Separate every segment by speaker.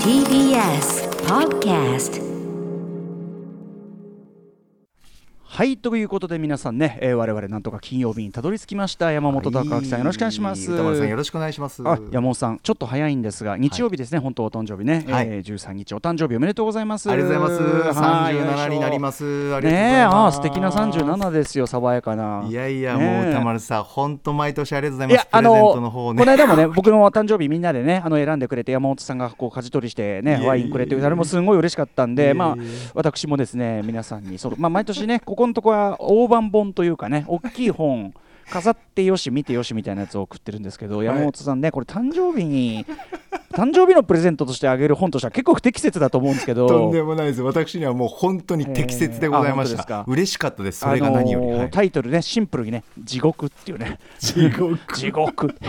Speaker 1: TBS Podcast
Speaker 2: はいということで皆さんね、えー、我々なんとか金曜日にたどり着きました山本隆明さん、よろしくお願いします
Speaker 3: 歌丸さんよろしくお願いします。
Speaker 2: あ山本さんちょっと早いんですが日曜日ですね、本当お誕生日ね、
Speaker 3: はい
Speaker 2: えー、13日お誕生日おめでとうございます
Speaker 3: ありがとうございます。
Speaker 2: は
Speaker 3: 三
Speaker 2: い
Speaker 3: 十七になります。ありがとうございます。
Speaker 2: ねえあー素敵な37ですよ爽やかない
Speaker 3: やいや、
Speaker 2: ねえ
Speaker 3: もう歌丸さん、本当毎年ありがとうご
Speaker 2: い
Speaker 3: ざい
Speaker 2: や
Speaker 3: ます。プ
Speaker 2: あ
Speaker 3: レゼン
Speaker 2: の
Speaker 3: トの方
Speaker 2: この
Speaker 3: ね。
Speaker 2: 間もね 僕のお誕生日みんなでねあの選んでくれて山本さんがこう舵取りして
Speaker 3: いえ
Speaker 2: ね
Speaker 3: いえ
Speaker 2: ワインくれて誰もすごい嬉しかったん
Speaker 3: いえい
Speaker 2: で
Speaker 3: え
Speaker 2: まあ私もですね皆さんにそのまあ毎年ねここのとこは大判本というかね大きい本飾ってよし見てよしみたいなやつを送ってるんですけど、山本さんねこれ誕生日に誕生日のプレゼントとしてあげる本としては結構不適切だと思うんですけど
Speaker 3: とんでもないです。私にはもう本当に適切でございま
Speaker 2: え
Speaker 3: し
Speaker 2: えあ本当ですか
Speaker 3: た。嬉しかったです。それが何より。
Speaker 2: あのー
Speaker 3: はい
Speaker 2: タイトルねシンプルにね「地獄」っていうね「地獄」「 地獄」「Hell」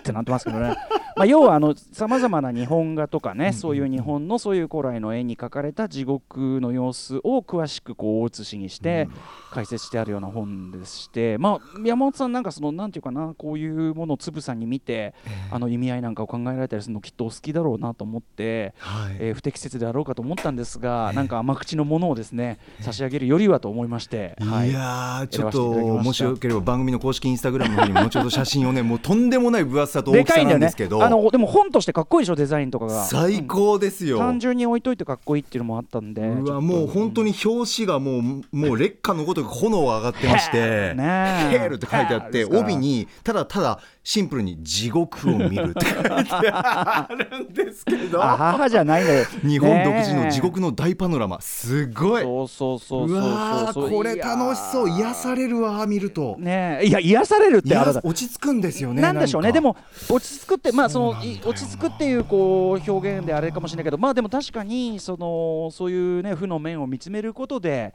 Speaker 2: ってなってますけどねまあ要はさまざまな日本画とかねそういう日本のそういう古来の絵に描かれた地獄の様子を詳しくこう大写しにして解説してあるような本でしてまあ山本さんなんかそのなんていうかなこういうものをつぶさに見てあの意味合いなんかを考えられたりするのきっとお好きだろうなと思って。
Speaker 3: はい
Speaker 2: えー不適切であろうかと思ったんですが、なんか甘口のものをですね差し上げるよりはと思いまして、はいい、
Speaker 3: やーちょ
Speaker 2: 選ば
Speaker 3: っ
Speaker 2: せていただきました
Speaker 3: ともしよければ番組の公式インスタグラムの方にも後ほど写真をねもうとんでもない分厚さと
Speaker 2: で
Speaker 3: 大き
Speaker 2: かい
Speaker 3: さ
Speaker 2: んだよ
Speaker 3: なんで
Speaker 2: ね
Speaker 3: すけ
Speaker 2: あ
Speaker 3: ど
Speaker 2: のでも本としてかっこいいでしょデザインとかが
Speaker 3: 最高ですよ
Speaker 2: 単純に置いといてかっこいいっていうのもあったんで
Speaker 3: う
Speaker 2: ちょっ
Speaker 3: わ
Speaker 2: と
Speaker 3: もう本当に表紙がもうもう劣化のごとく炎が上がってまし
Speaker 2: う
Speaker 3: て
Speaker 2: ん
Speaker 3: 「
Speaker 2: ね
Speaker 3: ヘール」って書いてあって
Speaker 2: ヘールですから
Speaker 3: 帯にただただシンプルに「地獄を見る」って書いてあるんですけ ど
Speaker 2: あ母じゃないんだよ
Speaker 3: 日本独自の地
Speaker 2: ね
Speaker 3: 獄の大パノラマすご
Speaker 2: え
Speaker 3: い
Speaker 2: そうそうそう
Speaker 3: う
Speaker 2: そう
Speaker 3: わ
Speaker 2: そう
Speaker 3: ーこれ楽しそう癒さ
Speaker 2: れ
Speaker 3: れるわ見ると
Speaker 2: ねえいや癒されるってあれだ
Speaker 3: 癒落ち着くんですよね
Speaker 2: なんでしょうね、
Speaker 3: なん
Speaker 2: で
Speaker 3: か
Speaker 2: も落ち着くって、まあ、そ
Speaker 3: そうな
Speaker 2: の
Speaker 3: んだよ
Speaker 2: い
Speaker 3: な
Speaker 2: 落ち着くっていうこう表現であれかもしれないけど、まあ、でも確かにそのそういう、ね、負の面を見つめることで、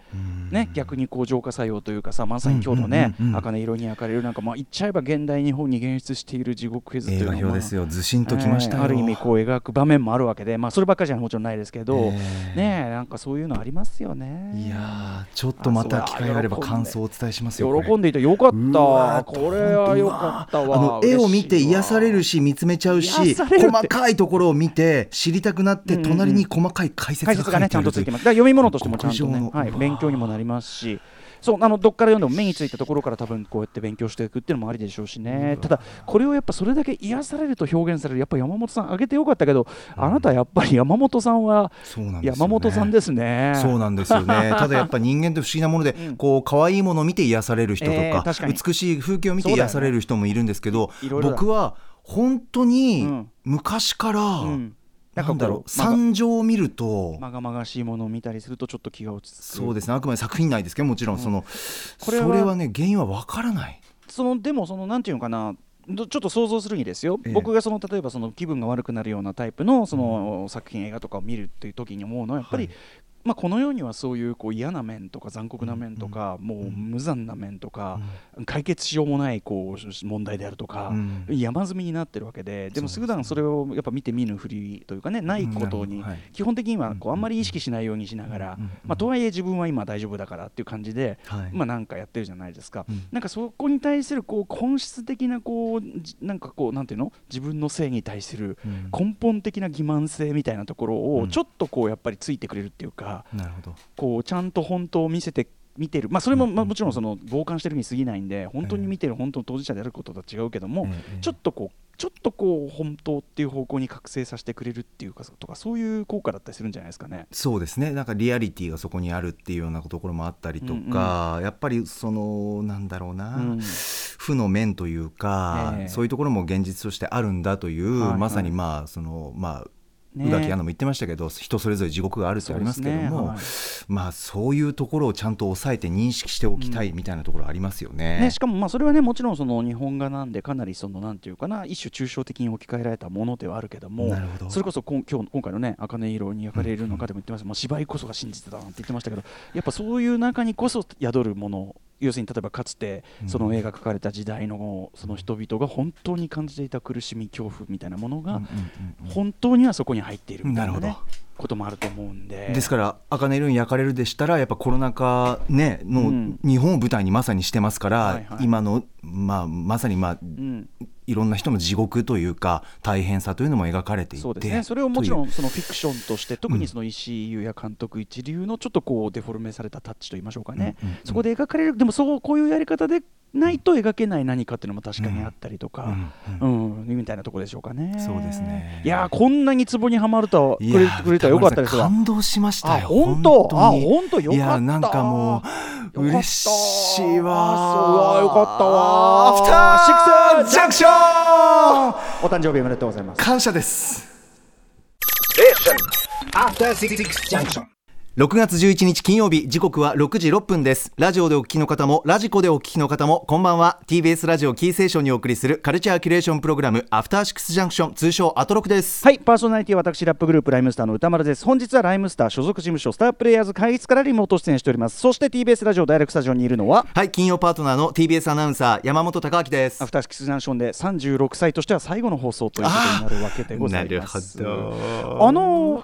Speaker 2: ね、逆にこう浄化作用というかさ、まさに今日のね、
Speaker 3: うんうんうんうん
Speaker 2: 茜色に焼かれるなんか、まあ、言っちゃえば現代日本に現出している地獄絵図とい
Speaker 3: 映
Speaker 2: うの
Speaker 3: 画
Speaker 2: は
Speaker 3: 表ですよずしんときました
Speaker 2: え
Speaker 3: よ
Speaker 2: ーある意味こう描く場面もあるわけで、まあ、そればっかりじゃもちろんないですけど、
Speaker 3: えー
Speaker 2: ねえなんかそういうのありますよね。
Speaker 3: いやーちょっとまた機会があれば感想をお伝えしますよこれ
Speaker 2: 喜んでいてよかっ
Speaker 3: う
Speaker 2: た
Speaker 3: わ
Speaker 2: これはよかったわ
Speaker 3: あの絵を見て癒され
Speaker 2: る
Speaker 3: るし見つめちゃう
Speaker 2: 癒
Speaker 3: し
Speaker 2: されるって
Speaker 3: 細かいところを見て知りたくなって
Speaker 2: うんうん
Speaker 3: 隣に細かい解説が
Speaker 2: 解
Speaker 3: 書い
Speaker 2: 説
Speaker 3: て
Speaker 2: が
Speaker 3: ある
Speaker 2: ねちゃんとついてますだから読み物としてもちゃんと
Speaker 3: 極上
Speaker 2: ね
Speaker 3: の、
Speaker 2: はいう
Speaker 3: わ
Speaker 2: 勉強にもなりますしそうあのどっから読んでも目についたところから多分こうやって勉強していくっていうのもありでしょうしねただこれをやっぱそれだけ癒されると表現されるやっぱ山本さんあげてよかったけどあなたやっぱり山本さんは
Speaker 3: そうなんですよね
Speaker 2: 山本さんですね
Speaker 3: そうなんで すよねただやっぱ人間って不思議なもので、こう可愛いものを見て癒される人とか,、
Speaker 2: えー確かに
Speaker 3: 美しい風景を見て
Speaker 2: そうだよ
Speaker 3: 癒
Speaker 2: ね
Speaker 3: される人もいるんですけど、
Speaker 2: いいろいろだ
Speaker 3: 僕は本当
Speaker 2: う
Speaker 3: に
Speaker 2: ん
Speaker 3: 昔から、
Speaker 2: うんなんか
Speaker 3: なんだろ
Speaker 2: こ
Speaker 3: う
Speaker 2: うまが
Speaker 3: 惨状を見ると、
Speaker 2: まがまがしいものを見たりするとちょっと気が落ち着く
Speaker 3: そうですねあくまで作品内ですけどもちろんその、
Speaker 2: これは
Speaker 3: それはね原因はわからない。
Speaker 2: そのでもそのなんていうのかなどちょっと想像するにですよ、
Speaker 3: ええ
Speaker 2: 僕がその例えばその気分が悪くなるようなタイプのその作品映画とかを見るっていう時に思うのはやっぱり、
Speaker 3: はい
Speaker 2: まあ、この世にはそういうこう嫌な面とか残酷な面とか、もう無残な面とか、解決しようもないこう問題であるとか、
Speaker 3: うん
Speaker 2: 山積みになってるわけででも普段それをやっぱ見て見ぬふりというかねないこと
Speaker 3: う
Speaker 2: に
Speaker 3: んはい
Speaker 2: 基本的にはこうあんまり意識しないようにしながら、
Speaker 3: うんうん
Speaker 2: まあ、とはいえ自分は今大丈夫だからっていう感じで、
Speaker 3: はい
Speaker 2: まあ、なんかやってるじゃないですか、
Speaker 3: うん
Speaker 2: なんかそこに対するこう本質的なこうじなんかこうなんていうの自分の性に対する
Speaker 3: うん
Speaker 2: 根本的な欺瞞性みたいなところを
Speaker 3: うん
Speaker 2: ちょっとこうやっぱりついてくれるっていうか、
Speaker 3: なるほど
Speaker 2: こうちゃんと本当を見せて見てる、まあ、それもまあもちろんその傍観してるに過ぎないんで本当に見てる本当の当事者であることとは違うけども、
Speaker 3: ええ
Speaker 2: ちょっとこうちょっとこう本当っていう方向に覚醒させてくれるっていうかとかそういう効果だったりするんじゃないですかね。
Speaker 3: そうですねなんかリアリティがそこにあるっていうようなところもあったりとか、やっぱりそのなんだろうな、
Speaker 2: うん
Speaker 3: 負の面というか、
Speaker 2: ええ
Speaker 3: そういうところも現実としてあるんだという、
Speaker 2: はいはい
Speaker 3: まさにまあそのまあ
Speaker 2: ね
Speaker 3: 宇垣アナも言ってましたけど、人それぞれ地獄があるってありますけども、
Speaker 2: そうです
Speaker 3: まあそういうところをちゃんと抑えて認識しておきたいみたいなところありますよね。
Speaker 2: ね、しかもまあそれはねもちろんその日本画なんでかなりそのなんていうかな一種抽象的に置き換えられたものではあるけども
Speaker 3: なるほど
Speaker 2: それこそこん今日今回のね「茜色に焼かれる」の中でも言ってま した、まあ、芝居こそが真実だなんて言ってましたけどやっぱそういう中にこそ宿るもの要するに例えばかつてその絵が描かれた時代のその人々が本当に感じていた苦しみ恐怖みたいなもの
Speaker 3: うんう
Speaker 2: が
Speaker 3: んうんうん
Speaker 2: 本当にはそこに入っているみたいな,、ね
Speaker 3: なるほど
Speaker 2: こともあると思うんで。
Speaker 3: ですから「茜色に焼かれる」でしたらやっぱコロナ禍、ね、
Speaker 2: う
Speaker 3: の
Speaker 2: ん
Speaker 3: 日本を舞台にまさにしてますから、
Speaker 2: はいはい
Speaker 3: 今の、まあ、まさに、まあ、
Speaker 2: うん
Speaker 3: いいろんな人の地獄というか大変さというのも描かれていて
Speaker 2: そうですねそれをもちろ
Speaker 3: というん
Speaker 2: そのフィクションとして特にその石井優也監督一流のちょっとこうデフォルメされたタッチといいましょうかね、
Speaker 3: うんうんうん
Speaker 2: そこで描かれるでもそうこういうやり方でないと描けない何かっていうのも確かにあったりとか、
Speaker 3: う
Speaker 2: うんんみたいなところでしょうかね。
Speaker 3: そうですね
Speaker 2: いやーこんなにツボにはまるとはく
Speaker 3: いや
Speaker 2: れ
Speaker 3: ー
Speaker 2: くれたらよかったです
Speaker 3: 歌
Speaker 2: わ。
Speaker 3: 丸さん感動しまし
Speaker 2: あ
Speaker 3: たよ
Speaker 2: 本当あ
Speaker 3: に
Speaker 2: 本当よかった
Speaker 3: いやなんかもう
Speaker 2: よかった
Speaker 3: 嬉しいわ
Speaker 2: あそうあよかったわ
Speaker 3: アフターシックスジャンクション
Speaker 2: お誕生日おめでとうございます。
Speaker 3: 感謝です6月11日金曜日時刻は6時6分ですラジオでお聞きの方もラジコでお聞きの方もこんばんは TBS ラジオキーセーションにお送りするカルチャーキュレーションプログラムアフターシックスジャンクション通称アトロクです
Speaker 2: はい、パーソナリティは私、ラップグループ、ライムスターの歌丸です。本日はライムスター所属事務所、スタープレイヤーズ会議室からリモート出演しております。そして TBS ラジオダイレクトスタジオにいるのは、
Speaker 3: はい金曜パートナーの TBS アナウンサー山本貴明です
Speaker 2: アフターシックスジャンクションで36歳としては最後の放送ということになるわけでございます。
Speaker 3: なるほ
Speaker 2: ど。あのー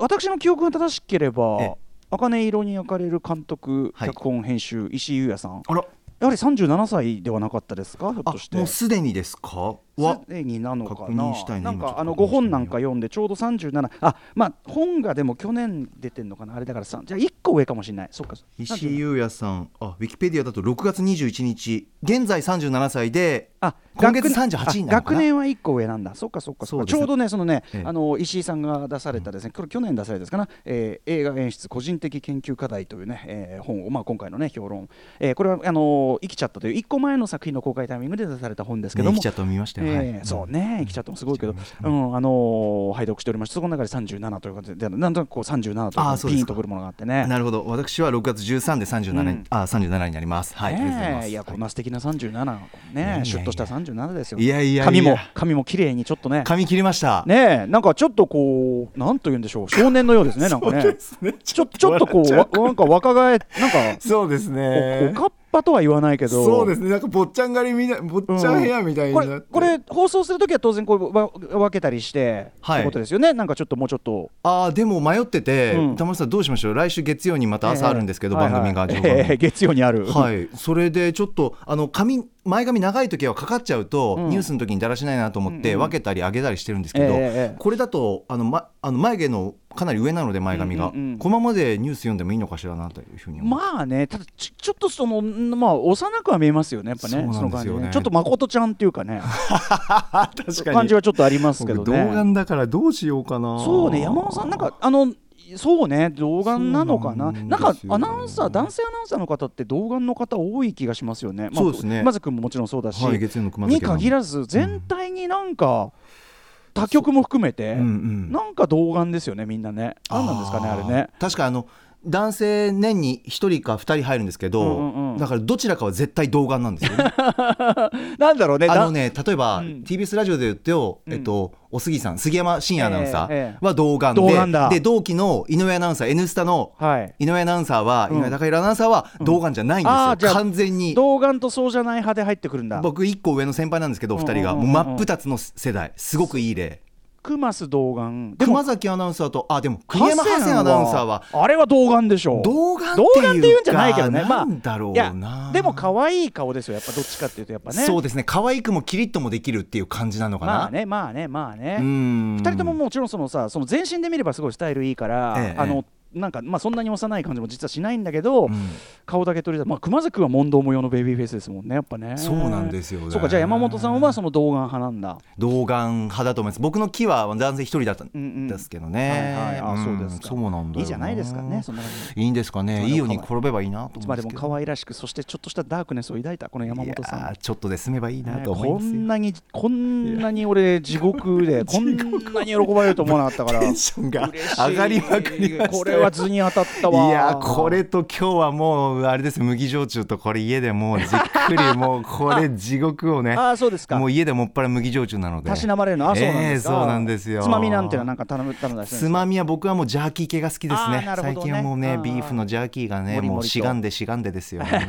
Speaker 2: 私の記憶が正しければ
Speaker 3: え、
Speaker 2: 茜色に焼かれる監督、
Speaker 3: はい
Speaker 2: 脚本編集、石井優也さん、
Speaker 3: あら
Speaker 2: やはり37歳ではなかったですか、ひょっ
Speaker 3: あ
Speaker 2: として。
Speaker 3: もうすでにですかわ
Speaker 2: すでになのか
Speaker 3: 確
Speaker 2: な
Speaker 3: 認したいね
Speaker 2: なん
Speaker 3: 今ちょっ
Speaker 2: か
Speaker 3: と
Speaker 2: あの
Speaker 3: 確
Speaker 2: 5
Speaker 3: 認してみよう
Speaker 2: 本なんか読んでちょうど37あまあ本がでも去年出てんのかなあれだからさじゃあ1個上かもしれないそっか
Speaker 3: 石井優也さんあウィキペディアだと6月21日現在37歳で
Speaker 2: あ
Speaker 3: 今月
Speaker 2: 学年
Speaker 3: 38になるのかな
Speaker 2: あ学年は1個上なんだ、そっかそっかそっか
Speaker 3: そうですね
Speaker 2: ちょうどね、そのね、
Speaker 3: ええ
Speaker 2: あの石井さんが出されたですね、これ去年出されたですかな、えー映画演出個人的研究課題というね、えー本を、まあ、今回のね、評論、えーこれはあのー生きちゃったという、1個前の作品の公開タイミングで出された本ですけど
Speaker 3: ね
Speaker 2: も、
Speaker 3: 生きちゃったの見ましたよ、
Speaker 2: ええ
Speaker 3: はい
Speaker 2: そうね、生きちゃってもすごいけど
Speaker 3: 生きちゃ、
Speaker 2: う
Speaker 3: いま
Speaker 2: んあのー拝読しておりまして、そこの中で37ということで、でなんとなくこう37と
Speaker 3: あー
Speaker 2: いうか
Speaker 3: そうで
Speaker 2: ピ
Speaker 3: す
Speaker 2: ン
Speaker 3: か
Speaker 2: とくるものがあってね。
Speaker 3: なるほど私は6月13で37に、
Speaker 2: うん
Speaker 3: あ37になりますはい、ありがとうございま
Speaker 2: ね
Speaker 3: す
Speaker 2: え、いやこんな素敵な37、
Speaker 3: やい
Speaker 2: ね
Speaker 3: や
Speaker 2: え、シュッとした37ですよ。
Speaker 3: いやいやいや
Speaker 2: 髪も髪も綺麗にちょっとね、
Speaker 3: 髪切りました
Speaker 2: ねえなんかちょっとこうなんと言うんでしょう少年のよう ですねなんかねちょちょっとこうわなんか若返なん か
Speaker 3: そうです
Speaker 2: おおかっぱとは言わないけど
Speaker 3: すねなんか坊ちゃん狩りみたい坊ち
Speaker 2: うんこれこれ放送するときは当然こうわ分けたりして、
Speaker 3: はい
Speaker 2: ってことですよねなんかちょっともうちょっと
Speaker 3: ああでも迷ってて
Speaker 2: うん
Speaker 3: 歌丸、さんどうしましょう来週月曜にまた朝あるんですけど、
Speaker 2: ええ
Speaker 3: 番組が
Speaker 2: はいはい
Speaker 3: 情報番
Speaker 2: ええ
Speaker 3: 組
Speaker 2: 月曜にある、
Speaker 3: はい、それでちょっとあの髪前髪長い時はかかっちゃうと、
Speaker 2: うん
Speaker 3: ニュースの時にだらしないなと思って、分けたり上げたりしてるんですけど、
Speaker 2: ええええ
Speaker 3: これだとあの、ま、あの眉毛のかなり上なので前髪
Speaker 2: う
Speaker 3: が、
Speaker 2: んうんうん
Speaker 3: このままでニュース読んでもいいのかしらなというふうに思って
Speaker 2: まあねただちちょっとそのまあ幼くは見えますよねやっぱね
Speaker 3: そうなんですよね
Speaker 2: の感じちょっと誠ちゃんっていうかね
Speaker 3: 確
Speaker 2: 感じはちょっとありますけどね
Speaker 3: だからどうしようかな
Speaker 2: そうね、山本さん、なんか、あの、そうね、童顔なのかな、
Speaker 3: そう
Speaker 2: なん
Speaker 3: なんですよ
Speaker 2: かアナウンサー、男性アナウンサーの方って、童顔の方、多い気がしますよね、まあ
Speaker 3: そうですね
Speaker 2: 熊津君ももちろんそうだし、
Speaker 3: はい月曜の熊崎
Speaker 2: に限らず、全体になんか、他局も含めて、
Speaker 3: うんうん
Speaker 2: なんか童顔ですよね、みんなね、なんなんですかね、あれね。
Speaker 3: 確かあの男性年に一人か二人入るんですけど、
Speaker 2: うんうんうん
Speaker 3: だからどちらかは絶対童顔なんですよね
Speaker 2: なんだろうね、
Speaker 3: あの
Speaker 2: だ
Speaker 3: ね例えば、
Speaker 2: うん
Speaker 3: TBS ラジオで言ってよ、えっと、お杉さん杉山真也アナウンサ
Speaker 2: えええ
Speaker 3: ー
Speaker 2: え
Speaker 3: は童顔で,、
Speaker 2: 童顔だ
Speaker 3: で同期の井上アナウンサー「N スタ」の
Speaker 2: はい、
Speaker 3: 井上アナウンサーは、
Speaker 2: うん
Speaker 3: 井上貴弘アナウンサーは童顔じゃないんですよ、
Speaker 2: あーじゃあ
Speaker 3: 完全に
Speaker 2: 童顔とそうじゃない派で入ってくるんだ、
Speaker 3: 僕一個上の先輩なんですけど
Speaker 2: うん
Speaker 3: 二
Speaker 2: うんうん
Speaker 3: 人が、
Speaker 2: うん
Speaker 3: もう真っ二つの世代すごくいい例
Speaker 2: 熊須童顔、でも、
Speaker 3: 熊崎アナウンサーとあでも栗山ハセンアナウンサーは
Speaker 2: あれは童顔でしょ。
Speaker 3: 童顔って
Speaker 2: 動
Speaker 3: いうか
Speaker 2: 画っていうんじゃないけどね、まあ、
Speaker 3: なんだろう
Speaker 2: いや
Speaker 3: な
Speaker 2: でも可愛い顔ですよ、やっぱどっちかっていうと、やっぱね、
Speaker 3: そうですね可愛くもキリッともできるっていう感じなのかな、
Speaker 2: まあね、まあね、まあ
Speaker 3: う
Speaker 2: ね、
Speaker 3: ん
Speaker 2: 二人とももちろんそのさ、その全身で見ればすごいスタイルいいから、
Speaker 3: ええ
Speaker 2: あ
Speaker 3: え
Speaker 2: のなんか、まあ、そんなに幼い感じも実はしないんだけど、
Speaker 3: うん
Speaker 2: 顔だけ取り出まあ、熊崎君は問答無用のベビーフェイスですもんね、やっぱね。
Speaker 3: そうなんですよね
Speaker 2: そうか、じゃあ山本さんはその童顔派なんだ。
Speaker 3: 童顔派だと思います僕の木は男性一人だった
Speaker 2: うんうん
Speaker 3: んですけどね、
Speaker 2: はいはいあそうですか
Speaker 3: そうなんだよ
Speaker 2: いいじゃないですかね、そんな感じ。
Speaker 3: いいんですかねいいように転べばいいなと
Speaker 2: い
Speaker 3: 思
Speaker 2: つ
Speaker 3: うん
Speaker 2: まで
Speaker 3: で
Speaker 2: すも
Speaker 3: けど
Speaker 2: 可愛らしく、そしてちょっとしたダークネスを抱いたこの山本さん
Speaker 3: い。やーちょっとで済めばいいな
Speaker 2: ね
Speaker 3: と思いま
Speaker 2: こ
Speaker 3: すよ、
Speaker 2: んなにこんなに俺地獄でこんなに喜ばれると思わなかった から
Speaker 3: テンションが上がりまくりましたよ
Speaker 2: これは図に当たったわ
Speaker 3: いやーこれと今日はもうあれです麦焼酎とこれ家でもうじっくりもうこれ地獄をね
Speaker 2: ああそうですか
Speaker 3: もう家でもっぱら麦焼酎なので
Speaker 2: たしなまれるのあそうなんですか、
Speaker 3: ええそうなんですよ
Speaker 2: つまみなんてのはなんか頼む頼んだりするんです
Speaker 3: つ
Speaker 2: か
Speaker 3: まみは僕はもうジャーキー系が好きです
Speaker 2: あ
Speaker 3: ね
Speaker 2: ーなるほどね
Speaker 3: 最近はもう
Speaker 2: あ
Speaker 3: ね
Speaker 2: ー
Speaker 3: ビーフのジャーキーがね
Speaker 2: もりもりと
Speaker 3: もうしがんでしがんでですよ
Speaker 2: しがん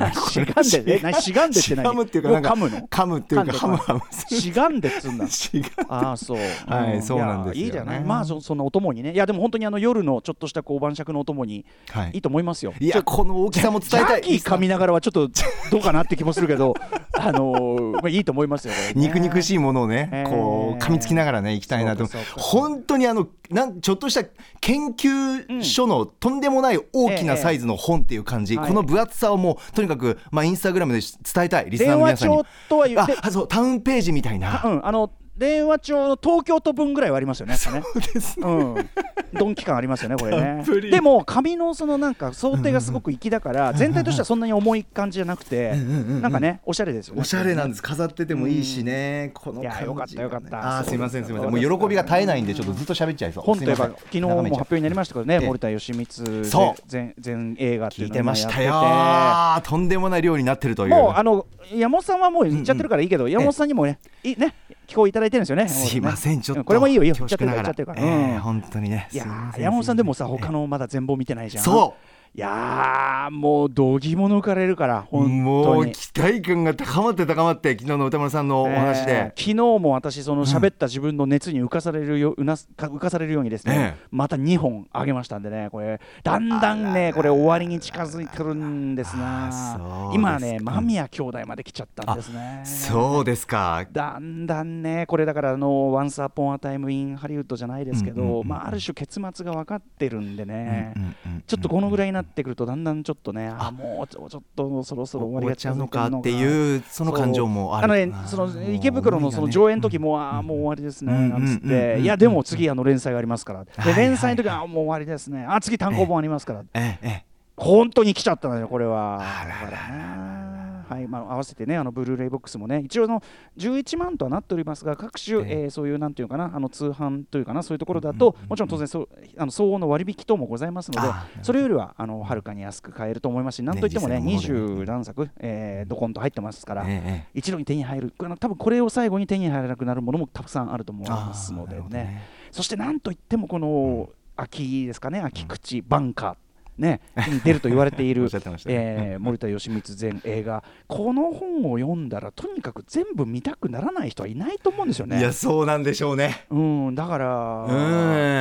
Speaker 2: でえ何しがんでって何
Speaker 3: しがむっていうかなんか
Speaker 2: も噛むの
Speaker 3: 噛むっていう
Speaker 2: 噛ん
Speaker 3: か
Speaker 2: で
Speaker 3: ハムハム
Speaker 2: しがんでっつうんだ
Speaker 3: しが
Speaker 2: ああそう、
Speaker 3: はいそうなんです
Speaker 2: い
Speaker 3: よね
Speaker 2: やいいじゃないまあそそんなお供にねいやでも本当にあの夜のちょっとしたこう晩酌のお供に
Speaker 3: はい
Speaker 2: いいと思いますよ。
Speaker 3: いやこの大きさも
Speaker 2: ジ
Speaker 3: 伝えた
Speaker 2: ャー
Speaker 3: い
Speaker 2: キー噛みながらはちょっとどうかなって気もするけど、あのーまあ、いいと思いますよ、これね
Speaker 3: 肉々しいものをね、
Speaker 2: えー
Speaker 3: こう噛みつきながらねいきたいなと
Speaker 2: そうかそうか
Speaker 3: 本当にあのなんちょっとした研究所のとんでもない大きなサイズの本っていう感じ、
Speaker 2: ええ
Speaker 3: この分厚さをもうとにかく、まあ、インスタグラムで伝えたいリスナー
Speaker 2: 電話
Speaker 3: の皆さんに
Speaker 2: 帳とは言っ
Speaker 3: あ
Speaker 2: て、
Speaker 3: あそうタウンページみたいな、
Speaker 2: うん、あの電話帳の東京都分ぐらいはありますよね、やっぱね
Speaker 3: そうですね
Speaker 2: うん、ドンキ感ありますよね、これ
Speaker 3: たっ
Speaker 2: ね
Speaker 3: ぷり。
Speaker 2: でも、紙のそのなんか想定がすごく粋だから、全体としてはそんなに重い感じじゃなくて、なんかね、おしゃれですよね。
Speaker 3: おしゃれなんです飾っててもいいしね、この
Speaker 2: いや
Speaker 3: 感じがね
Speaker 2: よかったよかった
Speaker 3: あーすいませんすいません
Speaker 2: そ
Speaker 3: も
Speaker 2: うです
Speaker 3: う喜びが絶えないんでちょっとずっと喋っちゃいそう
Speaker 2: 本といえば
Speaker 3: すいま
Speaker 2: 昨
Speaker 3: せ
Speaker 2: 日
Speaker 3: ん
Speaker 2: も
Speaker 3: 眺
Speaker 2: 発
Speaker 3: めちゃう
Speaker 2: 表になりましたけどね、
Speaker 3: ええ
Speaker 2: 森田義満
Speaker 3: そ
Speaker 2: 全
Speaker 3: う
Speaker 2: 全全映画っていう
Speaker 3: 聞い
Speaker 2: の
Speaker 3: て
Speaker 2: を今
Speaker 3: ま
Speaker 2: やって
Speaker 3: してたよーとんでもない量になってるという
Speaker 2: もうあの山本さんはもう言っちゃってるからいいけど、山本さんにもねいね聞こえいただいてるんですよね。
Speaker 3: すいませんちょっと、
Speaker 2: うこれもいいよいいよ
Speaker 3: 恐縮なが
Speaker 2: 言
Speaker 3: ら
Speaker 2: っちゃってるから
Speaker 3: ええ
Speaker 2: うん
Speaker 3: 本当にね
Speaker 2: いや
Speaker 3: すま
Speaker 2: ー
Speaker 3: せ
Speaker 2: 山本さんでもさ
Speaker 3: すいませ
Speaker 2: 他のまだ全貌見てないじゃん。
Speaker 3: そう
Speaker 2: いやーもう度肝抜かれるから
Speaker 3: う
Speaker 2: 本
Speaker 3: も
Speaker 2: 当
Speaker 3: う
Speaker 2: に。
Speaker 3: 期待感が高まって高まって昨日の歌丸さんのお話
Speaker 2: えー
Speaker 3: で、
Speaker 2: 昨日も私その喋った自分の熱に浮かされるよ、うなすか浮かされるようにですね、
Speaker 3: ええ
Speaker 2: また2本あげましたんでねこれだんだんねこれ終わりに近づいてるんです
Speaker 3: あーそう
Speaker 2: な
Speaker 3: です
Speaker 2: 今ね
Speaker 3: うん
Speaker 2: 間宮兄弟まで来ちゃったんですね
Speaker 3: そうですか
Speaker 2: だんだんね、これだからあの、ワンサーポンアタイムインハリウッドじゃないですけ
Speaker 3: うんうんうん
Speaker 2: ど、
Speaker 3: うん
Speaker 2: まあ、ある種、結末が分かってるんでね、
Speaker 3: うんうんうんうん
Speaker 2: ちょっとこのぐらいになってくると、だんだんちょっとね、あもうちょちょっとそろそろ終わ
Speaker 3: 終
Speaker 2: り
Speaker 3: わ
Speaker 2: が
Speaker 3: っちゃうの
Speaker 2: 近づ
Speaker 3: か
Speaker 2: い
Speaker 3: って
Speaker 2: るのか
Speaker 3: いうその感情もある
Speaker 2: のね、その池袋のその上演の時も、ああー、もう終わりですね、
Speaker 3: うん
Speaker 2: なんつっ
Speaker 3: うんうんうんう
Speaker 2: て、
Speaker 3: ん
Speaker 2: いや、でも次、あの連載がありますから、
Speaker 3: はい
Speaker 2: で連載の時は、あーもう終わりですね、あ次、単行本ありますから、
Speaker 3: ええええ
Speaker 2: 本当に来ちゃったのよ、これは。
Speaker 3: あらららら
Speaker 2: だからねはいまあ、合わせてね、あのブルーレイボックスもね、一応あの11万とはなっておりますが、各種、
Speaker 3: ええ
Speaker 2: えーそういうなんていうかな、あの通販というかな、そういうところだと、もちろん当然そうあの相応の割引等もございますので
Speaker 3: あ、
Speaker 2: それよりはあのはるかに安く買えると思いますし、なんといってもね、
Speaker 3: ね実際のもので
Speaker 2: 20何作、えー、どこんと入ってますから、
Speaker 3: ええええ
Speaker 2: 一度に手に入る、あの多分これを最後に手に入らなくなるものもたくさんあると思いますので
Speaker 3: あーなるほど
Speaker 2: ね
Speaker 3: ね
Speaker 2: そしてなんといってもこの秋ですかね、秋口バンカー、ね、に出ると言われてい
Speaker 3: おっ
Speaker 2: る
Speaker 3: しゃってましたね
Speaker 2: えー森田義満前映画、この本を読んだら、とにかく全部見たくならない人はいないと思うんですよ
Speaker 3: い
Speaker 2: ね
Speaker 3: や。そうなんでしょうね
Speaker 2: うん、だから、
Speaker 3: う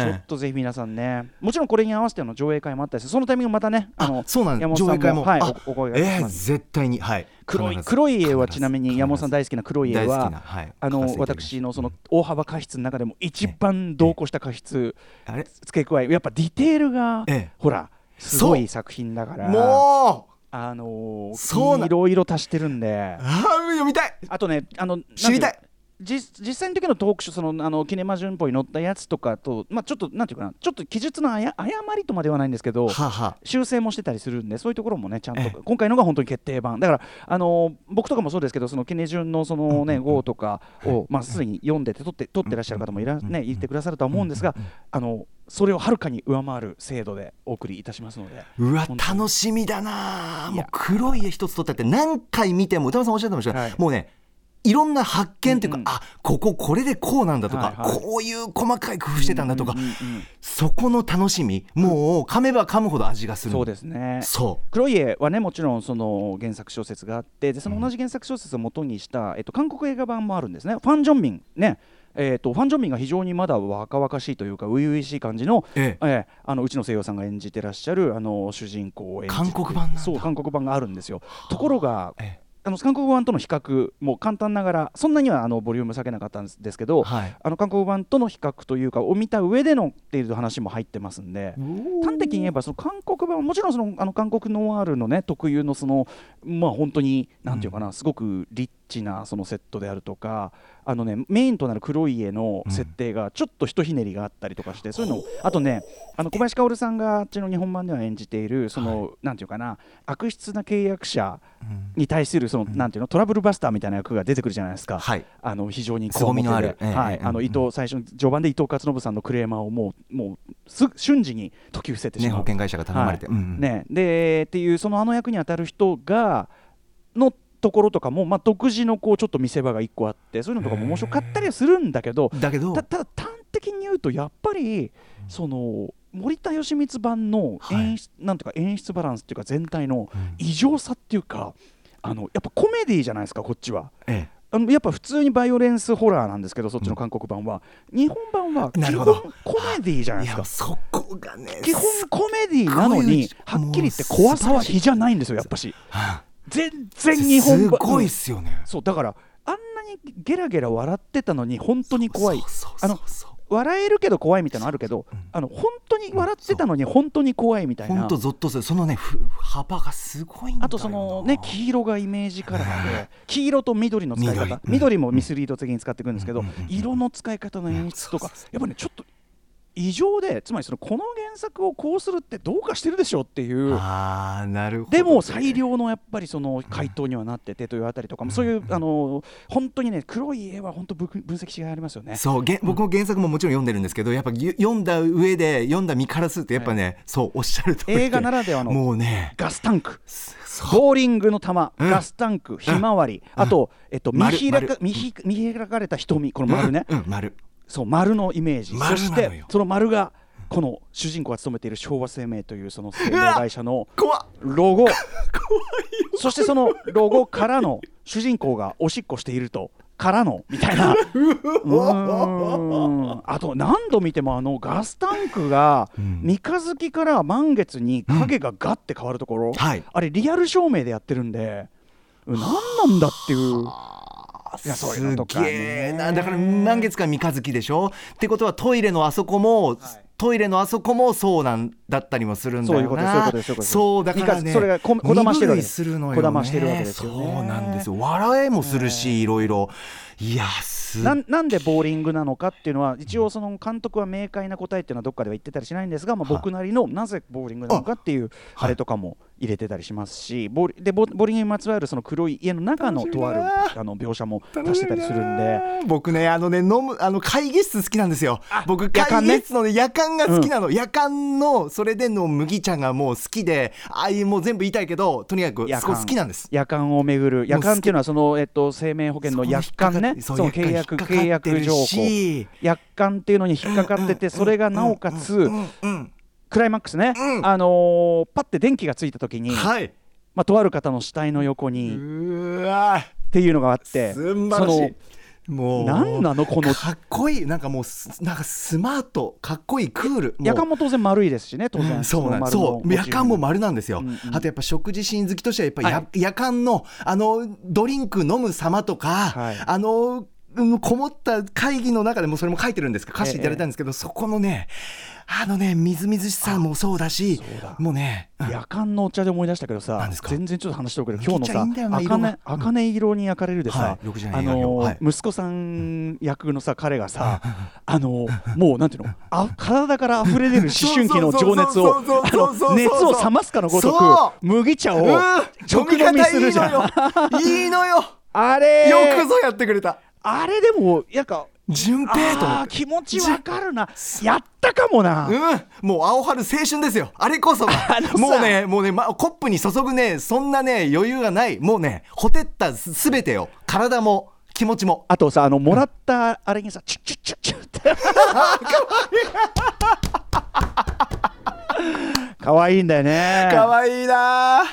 Speaker 3: ん
Speaker 2: ちょっとぜひ皆さんね、もちろんこれに合わせての上映会もあったりして、そのタイミングまたね、あの
Speaker 3: そうなんで
Speaker 2: 山
Speaker 3: す
Speaker 2: 本さん
Speaker 3: 上映会も、
Speaker 2: はい
Speaker 3: あ
Speaker 2: おお声が
Speaker 3: え
Speaker 2: けし
Speaker 3: え
Speaker 2: ます
Speaker 3: 絶対にはい
Speaker 2: 黒い
Speaker 3: 必ず
Speaker 2: 黒い絵は
Speaker 3: 必ず
Speaker 2: ちなみに山本さん大好きな黒い絵
Speaker 3: 大好
Speaker 2: は
Speaker 3: きな、はい
Speaker 2: あ
Speaker 3: 書か
Speaker 2: の
Speaker 3: せていただきました
Speaker 2: 私のその大幅過失の中でも一番同行した過失
Speaker 3: あれ
Speaker 2: 付け加えやっぱディテールが、
Speaker 3: ええ
Speaker 2: ほらすごい作品だから
Speaker 3: もう
Speaker 2: あのー
Speaker 3: そうない
Speaker 2: ろいろ足してるんで
Speaker 3: あー読みたい
Speaker 2: あとねあのなんてう
Speaker 3: 知りたい
Speaker 2: 実実際の時のトークショーそのあのキネマ旬報に載ったやつとかと、まあ、ちょっとなんていうかなちょっと記述のあや誤りとまではないんですけど
Speaker 3: はあはあ
Speaker 2: 修正もしてたりするんでそういうところもねちゃん
Speaker 3: え
Speaker 2: と今回のが本当に決定版だからあのー僕とかもそうですけどそのキネジュンのそのね号とかをまあすでに読んでて撮って撮ってらっしゃる方もいらね言ってくださるとは思うんですがあのそれをはるかに上回る精度でお送りいたしますので
Speaker 3: うわ
Speaker 2: 本当に
Speaker 3: 楽しみだなあ
Speaker 2: い
Speaker 3: もう
Speaker 2: や
Speaker 3: 黒い絵一つ取ったって何回見ても歌丸さんおっしゃってましたけど、
Speaker 2: はい
Speaker 3: もうねいろんな発見というか、
Speaker 2: うんうん
Speaker 3: あこここれでこうなんだとか、
Speaker 2: はいはい
Speaker 3: こういう細かい工夫してたんだとか、
Speaker 2: うんうんうんうん
Speaker 3: そこの楽しみもう噛めば噛むほど味がする
Speaker 2: そうですね
Speaker 3: そ
Speaker 2: 黒い絵はねもちろんその原作小説があってでその同じ原作小説を元にした、えっと、韓国映画版もあるんですねファン・ジョンミンねえっとファン・ジョンミンが非常にまだ若々しいというか初々しい感じの,、
Speaker 3: ええ
Speaker 2: あのうちの西洋さんが演じてらっしゃるあの主人公を演じて
Speaker 3: 韓国版なんだ
Speaker 2: そう韓国版があるんですよところが
Speaker 3: う、え
Speaker 2: あの韓国版との比較も簡単ながらそんなにはあのボリューム下げなかったんですけど、
Speaker 3: はい
Speaker 2: あの韓国版との比較というかを見た上でのっていう話も入ってますんで端的に言えばその韓国版はもちろんそのあの韓国ノワールのね特有のそのまあ本当になんていうかな、すごくリッチなそのセットであるとかあのねメインとなる黒い家の設定がちょっとひとひねりがあったりとかして、そういうのをあとねあの小林薫さんがあっちの日本版では演じているその、なんていうかな悪質な契約者に対するその、なんていうのトラブルバスターみたいな役が出てくるじゃないですか。
Speaker 3: はい
Speaker 2: あの非常に
Speaker 3: 凄みのあ
Speaker 2: 強
Speaker 3: る
Speaker 2: 面で
Speaker 3: ええ
Speaker 2: は
Speaker 3: え
Speaker 2: い
Speaker 3: え、
Speaker 2: あの
Speaker 3: うん
Speaker 2: 伊藤最初に序盤で伊藤勝信さんのクレーマーをもうもうすぐ瞬時に解き伏せてし
Speaker 3: ね
Speaker 2: まう、
Speaker 3: 保険会社が頼まれて、
Speaker 2: はい
Speaker 3: うんうん
Speaker 2: ねでっていうそのあの役に当たる人がのところとかも、まあ、独自のこうちょっと見せ場が一個あってそういうのとかも面白かったりはするんだけど
Speaker 3: だけど
Speaker 2: たただ端的に言うとやっぱりその森田芳光版の演出、なんていうか演出バランスっていうか全体の異常さっていうか、あのやっぱコメディじゃないですかこっちは。
Speaker 3: ええ
Speaker 2: あのやっぱ普通にバイオレンスホラーなんですけどそっちの韓国版は、日本版は
Speaker 3: な
Speaker 2: 基
Speaker 3: るほ
Speaker 2: 本
Speaker 3: ど
Speaker 2: コメディじゃない
Speaker 3: い
Speaker 2: です
Speaker 3: や
Speaker 2: か
Speaker 3: そこがね
Speaker 2: 基本コメディなのに
Speaker 3: すっ
Speaker 2: は
Speaker 3: ごい
Speaker 2: っきり言って怖さは比じゃないんですよやっぱし
Speaker 3: は
Speaker 2: 全
Speaker 3: あ
Speaker 2: 然日本
Speaker 3: す
Speaker 2: 版
Speaker 3: ごいっすよね
Speaker 2: そうだからあんなにゲラゲラ笑ってたのに本当に怖い
Speaker 3: そうそう
Speaker 2: あ
Speaker 3: そう
Speaker 2: の
Speaker 3: そう
Speaker 2: 笑えるけど怖いみたいなのあるけど、あの本当に笑ってたのに本当に怖いみたい
Speaker 3: ほん
Speaker 2: な
Speaker 3: とゾッとするそのねふ幅がすごいんだよな
Speaker 2: あとそのね黄色がイメージカラーで黄色と緑の使い方
Speaker 3: 緑
Speaker 2: 緑,、
Speaker 3: うん
Speaker 2: もミスリード的に使っていくんですけど、
Speaker 3: うんうんうんうん
Speaker 2: 色の使い方の演出とか、
Speaker 3: うんそうそうそう
Speaker 2: やっぱねちょっと異常でつまりそのこの原作をこうするってどうかしてるでしょっていう。
Speaker 3: ああなるほど
Speaker 2: でも最良のやっぱりその回答にはなっててというあたりとかもそういうあの本当にね黒い絵は本当分分析しがいありますよね。
Speaker 3: そうげん僕も原作ももちろん読んでるんですけどやっぱぎ読んだ上で読んだ身からするとやっぱね、そうおっしゃる通りで
Speaker 2: 映画ならではの
Speaker 3: もうね
Speaker 2: ガスタンク
Speaker 3: そう
Speaker 2: ボーリングの玉、
Speaker 3: うん
Speaker 2: ガスタンク、ひまわり、あと、えっと、見
Speaker 3: 丸
Speaker 2: 開
Speaker 3: 丸
Speaker 2: か見ひ見開かれた瞳、この丸ね、
Speaker 3: うん、うん丸
Speaker 2: そう丸のイメージ、
Speaker 3: 丸なの
Speaker 2: そ
Speaker 3: よ
Speaker 2: してその丸が、この主人公が勤めている昭和生命というその生命会社の
Speaker 3: 怖っ
Speaker 2: ロゴ、そしてそのロゴからの主人公がおしっこしていると、からのみたいな、うーんあと何度見ても、あのガスタンクが
Speaker 3: ん
Speaker 2: 三日月から満月に影がガッて変わるところ、
Speaker 3: はい
Speaker 2: あれ、リアル照明でやってるんで、何なんだっていう。いやそういうのとかね
Speaker 3: すげえなだから満月から三日月でしょってことはトイレのあそこも、トイレのあそこもそうなんだったりもするんだ
Speaker 2: そう
Speaker 3: よな
Speaker 2: いうことですそういうことですそういうことです
Speaker 3: そうだから
Speaker 2: 三
Speaker 3: ね
Speaker 2: 日それがここだましてるわけ
Speaker 3: 鈍
Speaker 2: で
Speaker 3: い
Speaker 2: す
Speaker 3: するのよね
Speaker 2: こだましてるわけですよね
Speaker 3: そうなんですよ笑えもするしいろいろいやすっ
Speaker 2: なんなんでボーリングなのかっていうのは一応その監督は明快な答えっていうのはどっかでは言ってたりしないんですが、まあ、僕なりのなぜボーリングなのかっていう
Speaker 3: はい
Speaker 2: あれとかも入れてたりしますしボーリでボボーリングにまつわるその黒い家の中のとある
Speaker 3: 楽しみ
Speaker 2: あの描写も足してたりするんで。
Speaker 3: 僕ねあのね飲むあの会議室好きなんですよ僕
Speaker 2: 夜
Speaker 3: 会
Speaker 2: 間ね
Speaker 3: 議室の、ね、夜間が好きなの、夜間のそれでの麦茶がもう好きでああいうもう全部言いたいけどとにかく
Speaker 2: 夜
Speaker 3: すごい
Speaker 2: 間
Speaker 3: 好きなんです
Speaker 2: 夜間をめぐる夜間っていうのはその、えっと、生命保険の夜間ね
Speaker 3: そ
Speaker 2: そ
Speaker 3: こに
Speaker 2: の契
Speaker 3: 引っか
Speaker 2: 約
Speaker 3: かって
Speaker 2: 契約条項
Speaker 3: 引っかかってるし
Speaker 2: 夜間っていうのに引っかかっててそれがなおかつ
Speaker 3: うんうん
Speaker 2: クライマックスね
Speaker 3: うん
Speaker 2: あのーパッて電気がついた時に
Speaker 3: はい
Speaker 2: まあとある方の死体の横
Speaker 3: う
Speaker 2: に
Speaker 3: わ
Speaker 2: っていうのがあって
Speaker 3: 素晴らしいも
Speaker 2: そう何なのこの
Speaker 3: かっこいいなんかもうすなんかスマートかっこいいクールもう
Speaker 2: 夜間も当然丸いですしね当然、
Speaker 3: そうな
Speaker 2: の
Speaker 3: ん
Speaker 2: 丸の
Speaker 3: そう
Speaker 2: モチーフ
Speaker 3: 夜間も丸なんですよ、
Speaker 2: うんうん
Speaker 3: あとやっぱ食事シーン好きとしてはやっぱりや、
Speaker 2: はい
Speaker 3: 夜間のあのドリンク飲む様とか、
Speaker 2: はい
Speaker 3: あのうんこもった会議の中でもそれも書いてるんですか歌詞いただいたんですけど、そこのねあのねみずみずしさもそうだし
Speaker 2: そうだ
Speaker 3: もうねうん
Speaker 2: 夜間のお茶で思い出したけどさ
Speaker 3: 何ですか
Speaker 2: 全然ちょっと話しておくけど
Speaker 3: 麦茶
Speaker 2: 今日のさ
Speaker 3: いいんだよな色が
Speaker 2: 茜茜色に焼かれるでさ、
Speaker 3: はい6時の
Speaker 2: あ
Speaker 3: 映画の
Speaker 2: の、
Speaker 3: はい
Speaker 2: 息子さん役のさ彼がさ、あのもうなんていうのあ体から溢れ出る思春期の情熱を
Speaker 3: そうそう
Speaker 2: あ
Speaker 3: そうそうそうそう
Speaker 2: の熱を冷ますかのごとく
Speaker 3: そう
Speaker 2: 麦茶を
Speaker 3: うん
Speaker 2: 直飲みするじゃん。
Speaker 3: 飲み方いいのよいいのよ
Speaker 2: あれ
Speaker 3: よくぞやってくれた
Speaker 2: あれでもなんか
Speaker 3: 順平と思
Speaker 2: あ
Speaker 3: っ
Speaker 2: ー
Speaker 3: て
Speaker 2: 気持ちわかるなやったかもな。
Speaker 3: うん、もう青春青春ですよ、あれこそが
Speaker 2: あのさ
Speaker 3: もうね、もうね、ま、コップに注ぐね、そんなね、余裕がない、もうね、ほてったすすべてよ、体も気持ちも、
Speaker 2: あとさあのもらったあれにさ、チュッチュッチュッチュッ って可愛いんだよね
Speaker 3: 可愛いなあ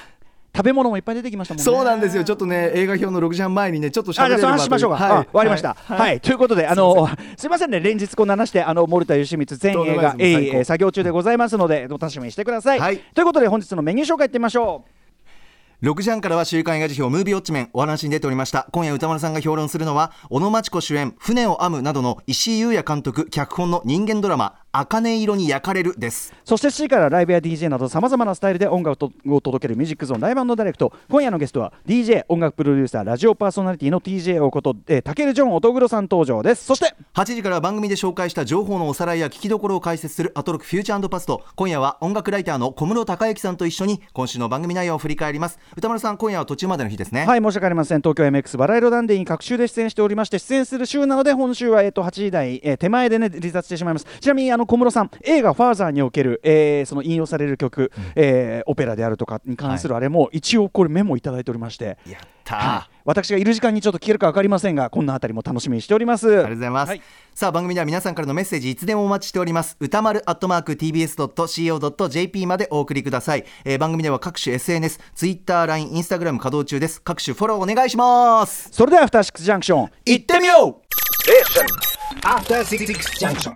Speaker 2: 食べ物もいっぱい出てきましたもんね
Speaker 3: そうなんですよ、ちょっとね、映画表の6時半前にね、ちょっと
Speaker 2: あ
Speaker 3: 喋
Speaker 2: じ
Speaker 3: れ
Speaker 2: ゃあ
Speaker 3: れ
Speaker 2: その
Speaker 3: ば
Speaker 2: 話しましょうか、
Speaker 3: とい
Speaker 2: あ終わりました
Speaker 3: は
Speaker 2: はい、ということであの すいませんね連日こんな話であの森田芳光全
Speaker 3: とんで
Speaker 2: 映
Speaker 3: もな
Speaker 2: 画
Speaker 3: いです
Speaker 2: えい
Speaker 3: もう最高
Speaker 2: えー作業中でございますのでお楽しみにしてください、
Speaker 3: はい
Speaker 2: ということで本日のメニュー紹介いってみましょう
Speaker 3: い6時半からは週刊映画辞表、ムービーウォッチメン、お話に出ておりました、今夜、歌丸さんが評論するのは、小野真知子主演、船を編むなどの石井優也監督、脚本の人間ドラマ、茜色に焼かれるです。
Speaker 2: そして C からライブや DJ などさまざまなスタイルで音楽を届けるミュージックゾーンライブダイレクト今夜のゲストは DJ 音楽プロデューサーラジオパーソナリティの TJ おこと、えー、タケルジョン乙黒さん登場ですそして
Speaker 3: 8時からは番組で紹介した情報のおさらいや聞きどころを解説するアトロックフューチャーパスト今夜は音楽ライターの小室孝之さんと一緒に今週の番組内容を振り返ります歌丸さん今夜は途中までの日ですね
Speaker 2: はい申し訳ありません東京 MX バラ色ダンディに各週で出演しておりまして出演する週なので本週は、えっと8時台、えー手前でね離脱してしまいますちなみにあの小室さん映画「ファーザーにおける、えーその引用される曲、えーオペラであるとかに関するあれも、一応これメモいただいておりまして
Speaker 3: やったー、
Speaker 2: はい私がいる時間にちょっと聞けるか分かりませんがこんなあたりも楽しみにしております
Speaker 3: ありがとうございます、
Speaker 2: はい
Speaker 3: さあ番組では皆さんからのメッセージいつでもお待ちしております歌丸アットマーク TBS.CO.JP までお送りください、えー番組では各種 SNS ツイッター、LINE、Instagram 稼働中です各種フォローお願いします
Speaker 2: それではアフターシックスジャンクション
Speaker 3: 行ってみよう
Speaker 4: After Six Junction.